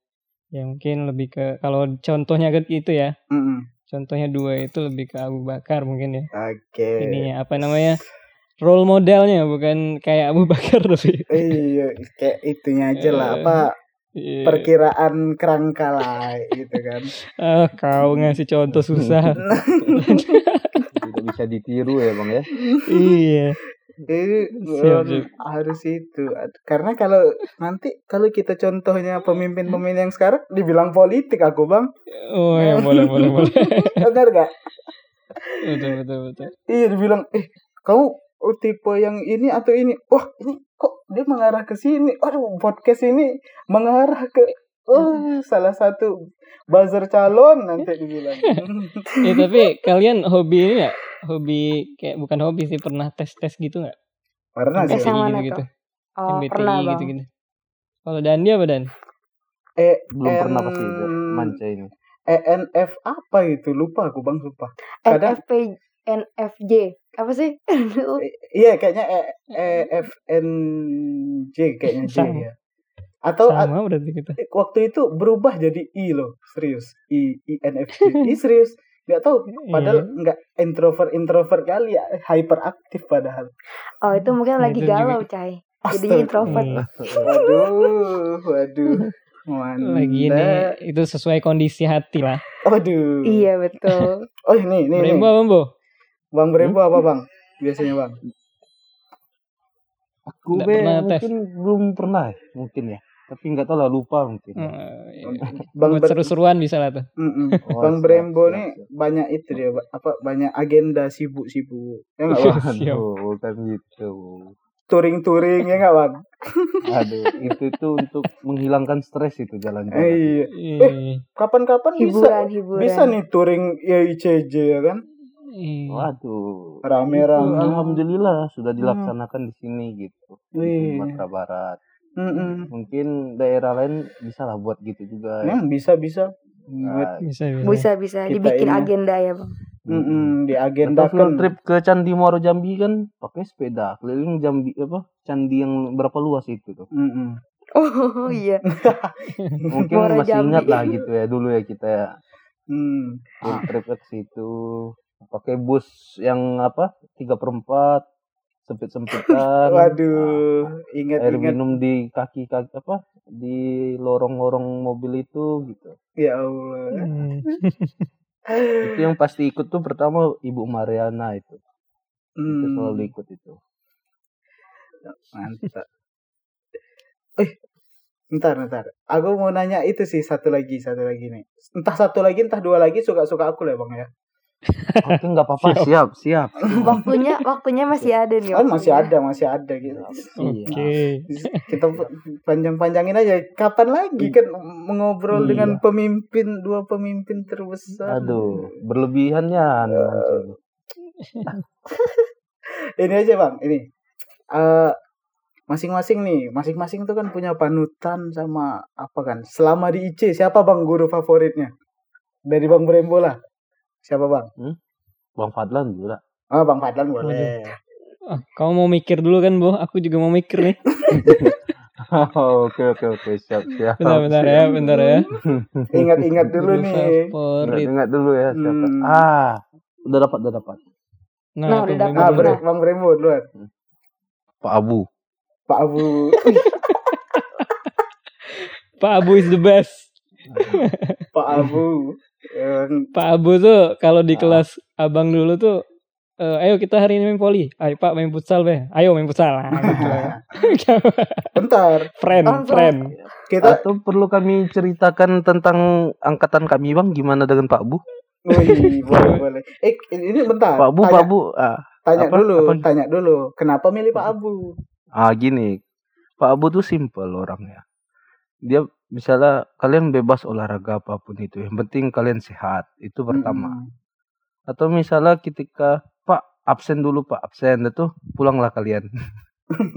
ya mungkin lebih ke kalau contohnya ke- gitu ya
Mm-mm.
contohnya dua itu lebih ke Abu Bakar mungkin ya
oke
ininya apa namanya role modelnya bukan kayak Abu Bakar tapi
iya kayak itunya aja lah
Eh.
apa
Iya.
perkiraan kerangka lah gitu kan
Ah, kau ngasih contoh susah
tidak bisa ditiru ya bang ya
iya
Jadi
Siap, siap.
em, harus itu Ad- karena kalau nanti kalau kita contohnya pemimpin-pemimpin yang sekarang dibilang politik aku bang
oh ya boleh boleh boleh
benar gak
betul betul betul
Iya dibilang eh kamu tipe yang ini atau ini. Wah, ini kok dia mengarah ke sini. Aduh, podcast ini mengarah ke oh, salah satu buzzer calon nanti dibilang.
Ya tapi kalian hobi ini nggak? Hobi kayak bukan hobi sih pernah tes tes gitu nggak?
Pernah
Tes
sih.
yang
MBTI
mana
gitu gitu,
oh
MBTI
pernah bang
gitu gitu. Kalau dan dia apa dan?
Eh,
belum pernah
em,
pasti itu manca ini
ENF E apa itu? Lupa aku Bang, lupa. Kadang-
NFP NFJ apa sih Aduh.
Eh, Iya, kayaknya E EFNJ kayaknya J
Sama.
ya. Atau a-
Sama berarti gitu. kita.
waktu itu berubah jadi I loh, serius. I INFJ. I serius. nggak tahu
Iya.
padahal nggak introvert introvert kali ya hyperaktif padahal
Oh
Hmm.
itu mungkin
Nah,
lagi
itu
galau, Cai. Jadinya
Astaga. Hmm.
introvert.
Iya.
waduh waduh Manda.
lagi ini itu sesuai kondisi hati lah.
Waduh.
Iya betul.
Oh ini, ini, ini.
Brembo, apa, Bo?
Bang Brembo
Hmm?
apa bang? Biasanya bang.
Aku
Nggak
be,
pernah tes.
mungkin belum pernah ya, mungkin ya. Tapi nggak tahu lah lupa mungkin.
Hmm.
ya.
Hmm. Oh, iya.
Bang
Buat
Ber-
seru-seruan bisa lah tuh.
Mm-mm.
Oh,
bang
siap,
Brembo
siap,
nih
siap.
banyak itu dia ba- apa banyak agenda sibuk-sibuk ya nggak bang?
Siap.
Aduh, bukan gitu.
Touring-touring ya nggak bang?
Aduh, itu tuh untuk menghilangkan stres itu
Eh,
jalan-jalan.
iya.
Iya.
Kapan-kapan Kan bisa
Hiburan hiburan.
bisa nih touring IICJ ya kan?
Iya.
Waduh.
Rame-rame.
Itu alhamdulillah sudah dilaksanakan di sini gitu. Di Sumatera Barat.
Mm-mm.
Mungkin daerah lain bisa lah buat gitu juga.
Ya, bisa bisa.
Nah,
Bisa, bisa.
Bisa bisa
Kita
dibikin
ini.
agenda ya bang.
Mm-mm.
Atau field
Diagendakan.
trip ke Candi Muaro Jambi kan pakai sepeda keliling Jambi apa candi yang berapa luas itu tuh.
Mm-mm.
Oh iya.
Mungkin
Muaro
masih
Jambi.
ingat lah gitu ya dulu ya kita ya.
Mm.
Field trip ke situ pakai bus yang apa tiga perempat sempit sempitan.
Waduh,
air
ingat-ingat
minum di kaki kaki apa di lorong-lorong mobil itu gitu.
ya Allah.
Hmm.
Itu yang pasti ikut tuh pertama Ibu Mariana itu. Itu
Mm.
selalu ikut itu.
Mantap. Eh, ntar, ntar. Aku mau nanya itu sih satu lagi, satu lagi nih. Entah satu lagi, entah dua lagi suka-suka aku lah bang ya.
Oke nggak apa-apa siap siap.
Waktunya waktunya masih ada nih.
Iya,
Oh masih
waktunya.
ada, masih ada gitu.
Oke.
Kita panjang-panjangin aja. Kapan lagi kan
Iya.
mengobrol dengan pemimpin dua pemimpin terbesar.
Aduh berlebihannya memang cuy.
Ini aja bang, ini. Eh, masing-masing nih, masing-masing tuh kan punya panutan sama apa kan? Selama di IC siapa bang guru favoritnya? Dari bang Brembo lah. Siapa bang?
Bang Fadlan juga.
Oh, Bang Fadlan boleh.
Ah, kamu mau mikir dulu kan, Bo? Aku juga mau mikir nih.
Oke oke oke siap siap.
Bentar, bentar ya, bentar ya.
Ingat-ingat
Guru
dulu
Ingat,
nih.
favorit.
ingat dulu ya siapa.
Hmm.
Ah udah dapat udah dapat.
Nah,
Nah,
udah
tuh,
dapat.
Brembo
Ah,
dulu.
Bre- Bang Brembo duluan.
Pak Abu.
Pak Abu,
Pak Abu is the best.
Pak Abu. Yang-
Pak Abu tuh kalau di
Ah.
kelas abang dulu tuh eh, ayo kita hari ini main poli. Ayo Pak main futsal be. Ayo main futsal. Nah, gitu.
Bentar,
friend,
Langsung.
friend.
kita
Atau perlu kami ceritakan tentang angkatan kami bang gimana dengan Pak Bu?
Wih, boleh, boleh. Eh, ini bentar.
Pak Bu
tanya,
Pak Bu. Ah,
tanya
apa-
dulu,
apa?
tanya dulu. Kenapa milih Pak Abu?
Ah gini, Pak Abu tuh simple orangnya. Dia misalnya kalian bebas olahraga apapun itu, yang penting kalian sehat itu
Hmm.
pertama. Atau misalnya ketika Pak absen dulu Pak absen, itu pulanglah kalian.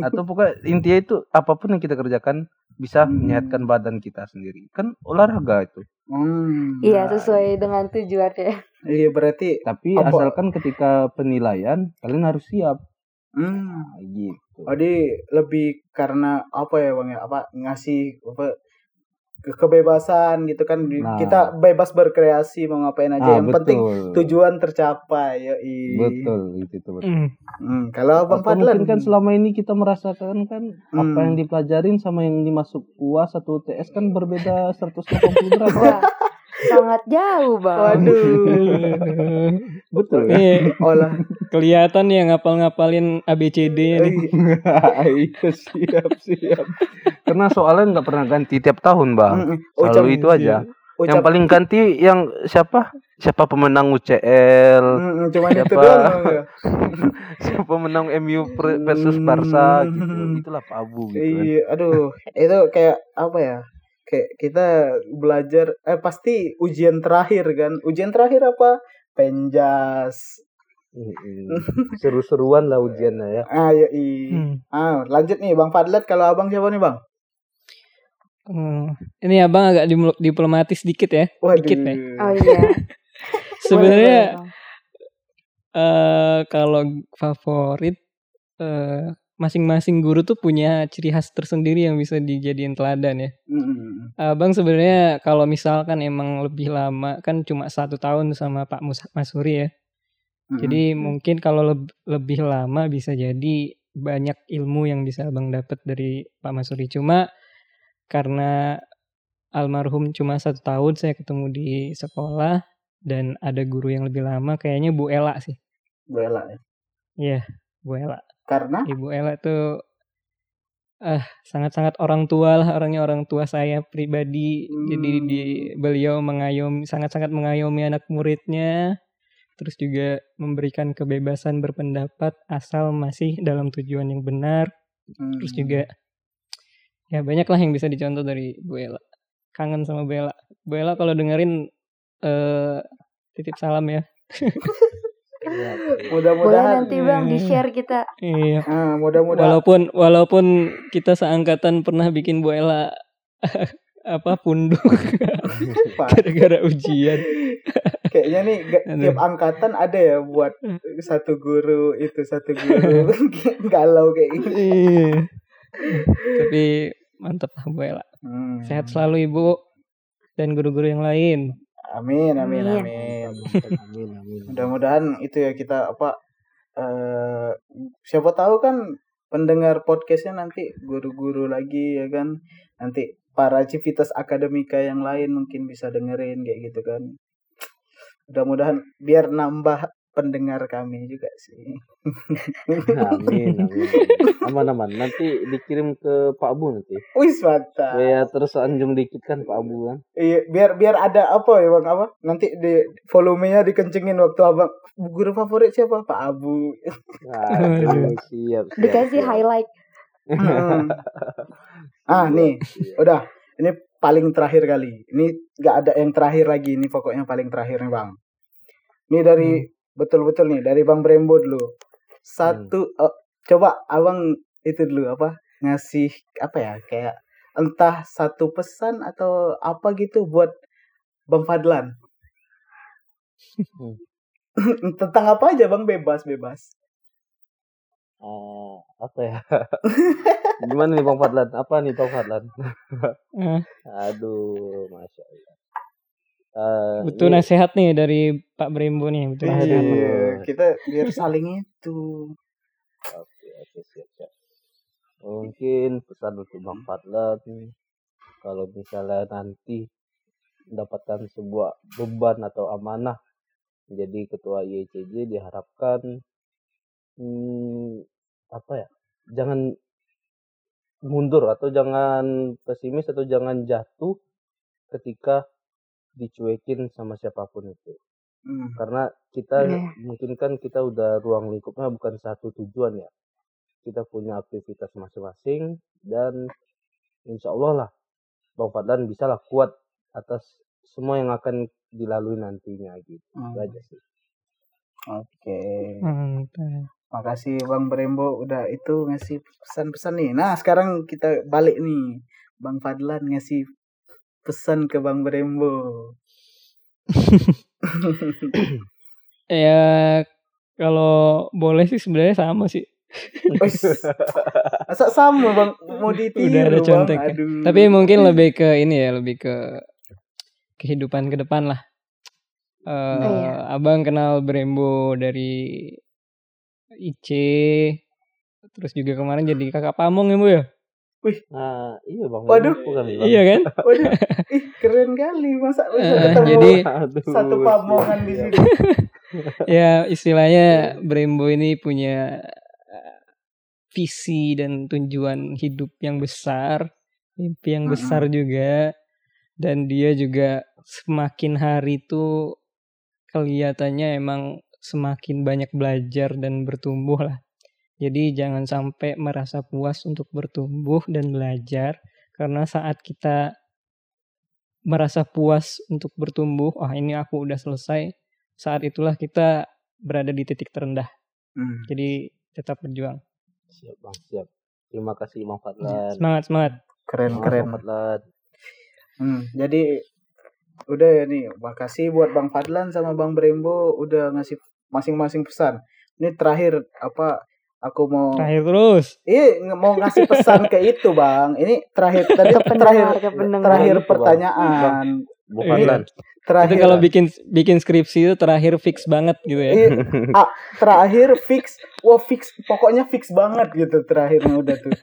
Atau pokoknya intinya itu apapun yang kita kerjakan bisa
Hmm.
menyehatkan badan kita sendiri. Kan olahraga itu.
Hmm.
Iya sesuai dengan tujuannya.
Iya berarti.
Tapi
Apa?
asalkan ketika penilaian kalian harus siap.
Hmm.
Nah, gitu.
Jadi lebih karena apa ya bang ya? Apa ngasih apa ke- kebebasan gitu kan Di-
Nah.
kita bebas berkreasi mau ngapain
Ah,
aja yang penting
betul.
tujuan tercapai yoi.
Betul itu itu, betul.
Hmm.
Hmm, kalau Bang
Atau
Fadlan
mungkin kan selama ini kita merasakan kan apa
Hmm.
yang dipelajarin sama yang dimasuk UAS atau UTS kan berbeda 180 derajat.
Wah sangat jauh bang.
waduh
Betul kan?
Iya.
Nih
olah
kelihatan ya ngapal-ngapalin ABCD nya nih.
eh,
itu siap siap. Karena soalnya nggak pernah ganti tiap tahun bang.
mm, ucap
Selalu itu aja. Yang
ucap
paling ganti yang siapa? Siapa pemenang UCL?
mm, cuman itu
Siapa?
doang Bang, ya.
Siapa pemenang MU pre- versus Barca gitu? Itulah Pak Abu gitu kan.
iya aduh itu kayak apa ya kayak kita belajar eh pasti ujian terakhir kan ujian terakhir apa penjas
Mm-mm. Hmm, Seru-seruan lah ujiannya ya.
ayo i
Hmm.
ah lanjut nih bang Fadlan kalau abang siapa nih bang
Hmm. Ini abang agak dimul- diplomatis dikit ya. Dikit nih.
Oh iya.
Sebenarnya
Boleh, boleh, Bang.
eh kalau favorit eh masing-masing guru tuh punya ciri khas tersendiri yang bisa dijadiin teladan ya.
Mm-mm.
Abang sebenarnya kalau misalkan emang lebih lama kan cuma satu tahun sama Pak Mus Masuri ya.
Mm-mm.
Jadi mungkin kalau leb- lebih lama bisa jadi banyak ilmu yang bisa abang dapat dari Pak Masuri. Cuma karena almarhum cuma satu tahun saya ketemu di sekolah dan ada guru yang lebih lama kayaknya Bu Ela sih.
Bela ya.
Bu Ela.
Karena
Ibu Ela tuh ah sangat-sangat orang tua lah orangnya orang tua saya pribadi jadi
Hmm.
di beliau mengayomi sangat-sangat mengayomi anak muridnya terus juga memberikan kebebasan berpendapat asal masih dalam tujuan yang benar terus
Mm.
juga ya banyaklah yang bisa dicontoh dari Bu Ela kangen sama Bu Ela Bu Ela kalau dengerin eh titip salam ya
Boleh
mudah-mudahan
nanti bang di share kita.
iya
ah, mudah-mudahan
Walaupun walaupun kita seangkatan pernah bikin Bu Ella apa punduk
Pak.
gara-gara ujian.
Kayaknya nih ga-
Aduh. Hmm.
tiap angkatan ada ya buat satu guru itu satu guru galau kayak gitu.
Iya. Tapi mantap lah Bu Ella.
Hmm.
Sehat selalu Ibu dan guru-guru yang lain.
Amin amin
Amin.
amin.
amin amin
Mudah-mudahan itu ya kita apa eh siapa tahu kan pendengar podcastnya nanti guru-guru lagi ya kan nanti para civitas akademika yang lain mungkin bisa dengerin kayak gitu kan. Mudah-mudahan biar nambah pendengar kami juga sih.
amin amin aman aman nanti dikirim ke Pak Abu nanti
Wis mantap.
ya terus anjung dikit kan Pak Abu kan
Iya, biar biar ada apa ya bang apa? Nanti di volumenya dikencengin waktu abang. Guru favorit siapa? Pak Abu.
Waduh, siap, siap
Dikasih
siap.
highlight.
Mm. ah nih, udah. Ini paling terakhir kali. Ini nggak ada yang terakhir lagi. Ini pokoknya paling terakhir nih bang. Ini dari betul-betul nih dari bang Brembo dulu. Satu, eh, coba abang itu dulu apa? Ngasih apa ya? Kayak entah satu pesan atau apa gitu buat bang Fadlan. Tentang apa aja bang bebas bebas.
Eh, apa ya gimana nih Bang Fadlan apa nih Bang Fadlan
Eh,
aduh masya Allah Eh,
butuh
ini-
nasihat nih dari Pak Brembo nih, butuh
Iya,
nasihat.
Aduh.
kita biar saling itu.
Oke, oke, siap, siap. Mungkin pesan untuk Bang Fadlan, kalau misalnya nanti mendapatkan sebuah beban atau amanah menjadi ketua IECJ diharapkan hmm, apa ya? Jangan mundur atau jangan pesimis atau jangan jatuh ketika dicuekin sama siapapun itu.
Hmm.
Karena kita
Iya.
mungkin kan kita udah ruang lingkupnya bukan satu tujuan ya kita punya aktivitas masing-masing dan insya Allah lah Bang Fadlan bisa lah kuat atas semua yang akan dilalui nantinya gitu Itu
Hmm.
aja sih.
Oke.
Mantap.
Makasih Bang Brembo udah itu ngasih pesan-pesan nih. Nah, sekarang kita balik nih. Bang Fadlan ngasih pesan ke Bang Brembo.
Ya kalau boleh sih sebenarnya sama sih.
Wis. Masa sama Bang mau ditiru
Udah ada
Bang?
conteknya.
Aduh.
Tapi mungkin lebih ke ini ya, lebih ke kehidupan ke depan lah. Eh,
Iya.
Abang kenal Brembo dari IC, terus juga kemarin jadi kakak pamong ya bu ya?
Nah iya Bang.
Waduh.
Aku kan bilang.
Iya kan?
Waduh, ih keren kali masa bisa
Eh,
ketemu
jadi
Aduh,
satu pamongan di
siap,
situ.
siap.
ya istilahnya Brembo ini punya eh, visi dan tujuan hidup yang besar, mimpi yang
Mm-mm.
besar juga, dan dia juga semakin hari tuh kelihatannya emang semakin banyak belajar dan bertumbuh lah. Jadi jangan sampai merasa puas untuk bertumbuh dan belajar karena saat kita merasa puas untuk bertumbuh, wah ini aku udah selesai. Saat itulah kita berada di titik terendah.
Hmm.
Jadi tetap berjuang.
Siap Bang, siap. Terima kasih Bang Fadlan.
Semangat, semangat.
Semangat,
Keren Iya, keren.
Bang Fadlan.
Hmm, jadi udah ya nih, makasih buat Bang Fadlan sama Bang Brembo udah ngasih masing-masing pesan. Ini terakhir apa Aku mau
Terakhir terus.
Iya nge- mau ngasih pesan ke itu bang. Ini terakhir tadi
Ke pendengar,
terakhir
ke pendengar.
terakhir
Itu, Bang.
pertanyaan.
Bukan
Iya.
Lan.
Itu
Terakhir
kalau bikin bikin skripsi itu terakhir fix banget gitu ya.
Iya, ah, terakhir fix, wah fix, pokoknya fix banget gitu terakhirnya udah tuh.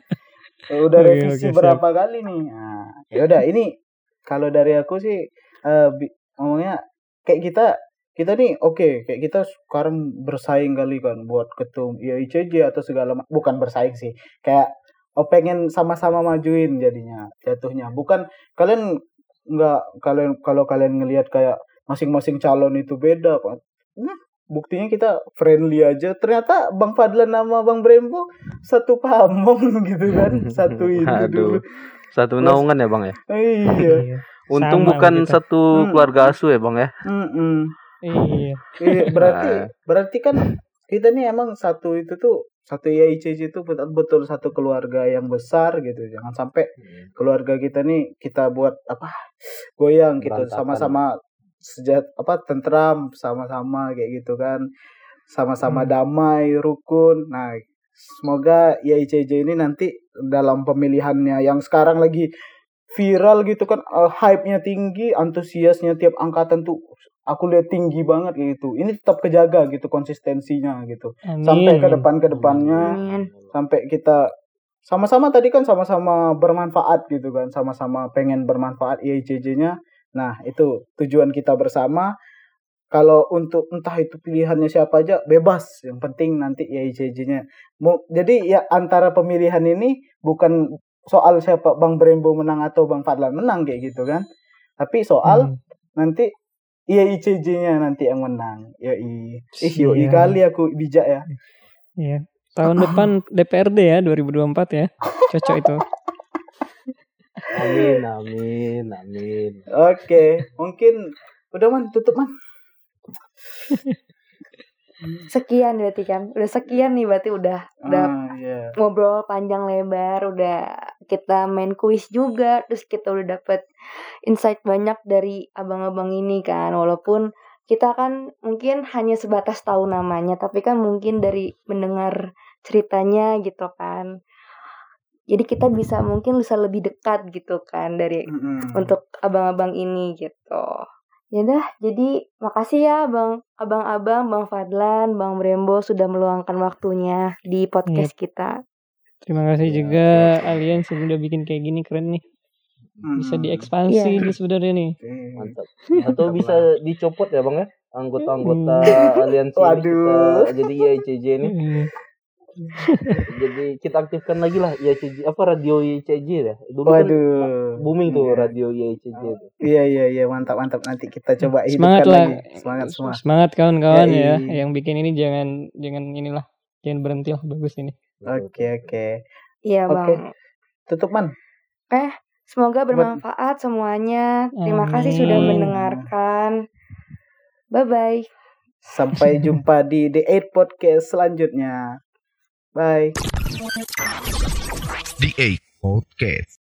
Udah
Oke,
revisi
oke,
berapa kali nih? Nah, ya udah ini kalau dari aku sih eh, bi- ngomongnya kayak kita kita nih oke kayak kita sekarang bersaing kali kan buat ketum IICJ atau segala ma- bukan bersaing sih kayak oh, pengen sama-sama majuin jadinya jatuhnya bukan kalian nggak kalian kalau kalian ngelihat kayak masing-masing calon itu beda kok nah buktinya kita friendly aja ternyata bang Fadlan nama bang Brembo satu pamong gitu kan satu itu dulu
Aduh. Satu naungan ya bang ya.
iya
Untung
Sama
bukan
kita.
satu
Hmm.
keluarga asuh ya bang ya.
Mm-mm.
Iya.
Iya, berarti
Nah.
berarti kan kita nih emang satu itu tuh satu IAICC itu betul-betul satu keluarga yang besar gitu. Jangan sampai keluarga kita nih kita buat apa goyang gitu
Berantakan.
sama-sama sejat apa tentram sama-sama kayak gitu kan. Sama-sama damai, rukun. Nah, semoga IAICC ini nanti dalam pemilihannya yang sekarang lagi viral gitu kan eh, hype-nya tinggi, antusiasnya tiap angkatan tuh aku lihat tinggi banget kayak gitu. Ini tetap kejaga gitu konsistensinya gitu.
Amin.
Sampai ke depan ke depannya
Amin.
sampai kita sama-sama tadi kan sama-sama bermanfaat gitu kan, sama-sama pengen bermanfaat E IICJ-nya. Nah, itu tujuan kita bersama. Kalau untuk entah itu pilihannya siapa aja bebas, yang penting nanti E IICJ-nya. Mu- Jadi ya antara pemilihan ini bukan soal siapa Bang Brembo menang atau Bang Fadlan menang kayak gitu kan. Tapi soal
Hmm.
nanti E IICJ-nya nanti yang menang. Yoi. Ih, yoi
Siap.
kali aku bijak ya.
Iya. Tahun depan DPRD ya 2024 ya. Cocok itu.
Amin, amin, amin.
Oke, mungkin udah man tutup man.
Sekian berarti kan. Udah sekian nih berarti udah udah
Ah, iya.
ngobrol panjang lebar, udah kita main kuis juga, terus kita udah dapet insight banyak dari abang-abang ini kan. Walaupun kita kan mungkin hanya sebatas tahu namanya, tapi kan mungkin dari mendengar ceritanya gitu kan. Jadi kita bisa mungkin bisa lebih dekat gitu kan dari
Mm-mm.
untuk abang-abang ini gitu. Ya dah, jadi makasih ya Bang Abang-abang, Bang Fadlan, Bang Brembo sudah meluangkan waktunya di podcast kita.
Terima kasih
Iya,
juga
iya.
kalian sudah bikin kayak gini keren nih. Bisa
Mm-mm.
diekspansi
Iya.
ini sebenarnya nih.
Hmm. Oke.
Mantap. Atau bisa dicopot ya bang ya anggota-anggota aliansi ini
Hmm. Waduh.
kita jadi IICJ ini
Iya.
jadi kita aktifkan lagi lah IICJ apa radio IICJ ya dulu kan
Waduh.
booming tuh
Iya.
radio IICJ itu
Iya iya iya mantap mantap nanti kita coba
Hmm, Semangat
hidupkan
lah.
lagi. Semangat semua. Iya.
Semangat kawan-kawan
Yoi.
ya. Yang bikin ini jangan jangan inilah. Jangan berhenti lah bagus ini.
Oke oke.
Iya
Oke.
Bang.
Tutup man.
Semoga bermanfaat semuanya. Terima kasih sudah
Amin.
mendengarkan. Bye bye.
Sampai jumpa di The Eight Podcast selanjutnya. Bye.
The Eight Podcast.